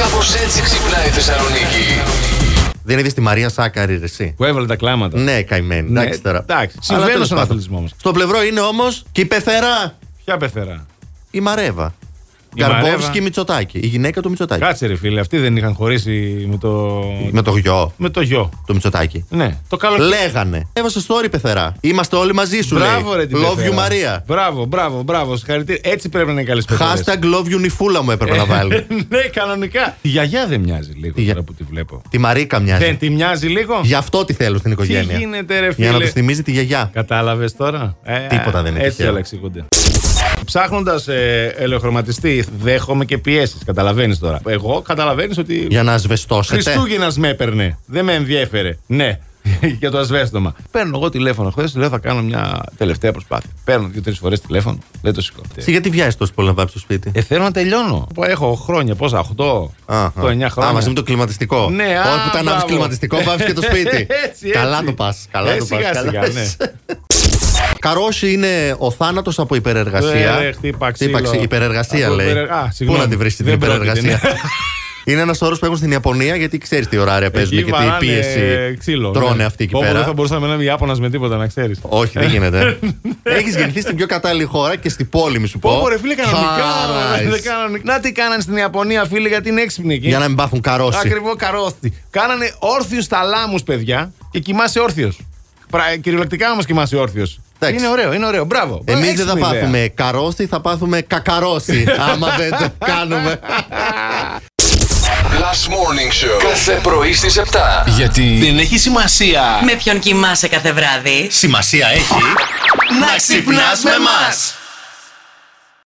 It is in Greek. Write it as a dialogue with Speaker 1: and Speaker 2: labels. Speaker 1: Κάπως έτσι ξυπνάει η Θεσσαλονίκη.
Speaker 2: Δεν είδες τη Μαρία Σάκαρη, ρε, εσύ.
Speaker 3: Που έβαλε τα κλάματα.
Speaker 2: Ναι, καημένη.
Speaker 3: Ναι,
Speaker 2: εντάξει τώρα.
Speaker 3: εντάξει.
Speaker 2: Αλλά
Speaker 3: Συμβαίνουν
Speaker 2: τέλος
Speaker 3: στον
Speaker 2: πάντων.
Speaker 3: αθλητισμό μας.
Speaker 2: Στο πλευρό είναι όμως και η πεθερά.
Speaker 3: Ποια πεθερά.
Speaker 2: Η Μαρέβα.
Speaker 3: Η
Speaker 2: Γκαρμπόφσκι
Speaker 3: Μαρέβα.
Speaker 2: Μητσοτάκη. Η γυναίκα του Μητσοτάκη.
Speaker 3: Κάτσε ρε φίλε, αυτοί δεν είχαν χωρίσει με το.
Speaker 2: Ναι. Με το γιο
Speaker 3: με το γιο.
Speaker 2: του Μητσοτάκη.
Speaker 3: Ναι, το καλό.
Speaker 2: Λέγανε. Έβασε story πεθερά. Είμαστε όλοι μαζί σου.
Speaker 3: Μπράβο,
Speaker 2: λέει.
Speaker 3: ρε την
Speaker 2: Love
Speaker 3: πεθερά.
Speaker 2: you Μαρία.
Speaker 3: Μπράβο, μπράβο, μπράβο. Συγχαρητήρια. Έτσι πρέπει να είναι καλές πεθερές.
Speaker 2: Hashtag love you νυφούλα μου έπρεπε να βάλει.
Speaker 3: ναι, κανονικά. Η γιαγιά δεν μοιάζει λίγο
Speaker 2: Η για-
Speaker 3: τώρα που τη βλέπω.
Speaker 2: Τη Μαρίκα μοιάζει.
Speaker 3: Δεν τη μοιάζει λίγο.
Speaker 2: Γι' αυτό τη θέλω στην
Speaker 3: Τι
Speaker 2: οικογένεια.
Speaker 3: γίνεται, ρε
Speaker 2: Για να του
Speaker 3: φίλε.
Speaker 2: θυμίζει τη γιαγιά.
Speaker 3: Κατάλαβες τώρα. Ε,
Speaker 2: Τίποτα δεν είναι
Speaker 3: Έτσι
Speaker 2: τυχαίο.
Speaker 3: όλα εξηγούνται. Ψάχνοντας ε, ελεοχρωματιστή, δέχομαι και πιέσεις. Καταλαβαίνεις τώρα. Εγώ καταλαβαίνεις ότι.
Speaker 2: Για να σβεστώσετε.
Speaker 3: Χριστούγεννας με έπαιρνε. Δεν με ενδιέφερε. Ναι, για το ασβέστομα. Παίρνω εγώ τηλέφωνο χθες, λέω θα κάνω μια τελευταία προσπάθεια. Παίρνω δύο-τρει φορές τηλέφωνο, δεν το σηκώνω.
Speaker 2: Εσύ γιατί βιάζεις τόσο πολύ να βάψει το σπίτι.
Speaker 3: Ε, θέλω να τελειώνω. Έχω χρόνια, πόσα, 8, 8-9
Speaker 2: Α, α.
Speaker 3: χρόνια.
Speaker 2: Α, μαζί με το κλιματιστικό.
Speaker 3: Ναι, α,
Speaker 2: Όταν που τα ανάβεις
Speaker 3: μπράβο.
Speaker 2: κλιματιστικό, βάφει και το σπίτι.
Speaker 3: Έτσι,
Speaker 2: Καλά
Speaker 3: έτσι.
Speaker 2: το πας. Καλά
Speaker 3: Ε,
Speaker 2: το πας,
Speaker 3: σιγά,
Speaker 2: καλά.
Speaker 3: σιγά, ναι.
Speaker 2: Καρόσι είναι ο θάνατος από υπερεργασία.
Speaker 3: Ε, ρε, χτύπα ξύλο.
Speaker 2: Χτύπαξε, υπερεργασία
Speaker 3: Από
Speaker 2: λέει.
Speaker 3: υπερε- Α,
Speaker 2: Πού
Speaker 3: συγγνώμη.
Speaker 2: να τη βρεις την
Speaker 3: Δεν πρόκειται,
Speaker 2: υπερεργασία.
Speaker 3: ναι.
Speaker 2: Είναι ένας όρος που έχουν στην Ιαπωνία γιατί ξέρεις τι ωράρια παίζουν και τι
Speaker 3: βαράνε
Speaker 2: πίεση
Speaker 3: ξύλο,
Speaker 2: τρώνε
Speaker 3: ναι.
Speaker 2: αυτοί εκεί
Speaker 3: Όπου
Speaker 2: πέρα.
Speaker 3: Δεν θα Ε, ναι. μπορούσα να μένει Ιάπωνας με τίποτα, να ξέρεις.
Speaker 2: Όχι, δεν γίνεται. Έχεις γεννηθεί στην πιο κατάλληλη χώρα και στην πόλη μου, σου πω.
Speaker 3: Πω, ρε φίλε,
Speaker 2: Χαράς.
Speaker 3: κανονικά. ρε, δεν κανονικά. Να τι κάνανε στην Ιαπωνία, φίλε, γιατί είναι έξυπνοι εκεί.
Speaker 2: Για να μην πάθουν καρόσι.
Speaker 3: Ακριβό καρόθι. Κάνανε όρθιου θαλάμους, παιδιά, και κοιμάσαι όρθιος. Κυριολεκτικά όμως κοιμάσαι όρθιος.
Speaker 2: Εντάξει.
Speaker 3: Είναι ωραίο, είναι ωραίο. Μπράβο.
Speaker 2: Εμείς Ε, δεν
Speaker 3: Έξυπνη
Speaker 2: θα
Speaker 3: ιδέα.
Speaker 2: πάθουμε καρόσι, θα πάθουμε κακαρόσι. άμα δεν το κάνουμε.
Speaker 1: Last Morning Show. Κάθε πρωί στις 7.
Speaker 4: Γιατί δεν έχει σημασία.
Speaker 5: Με ποιον κοιμάσαι κάθε βράδυ.
Speaker 2: Σημασία έχει
Speaker 4: Να ξυπνάς με μας.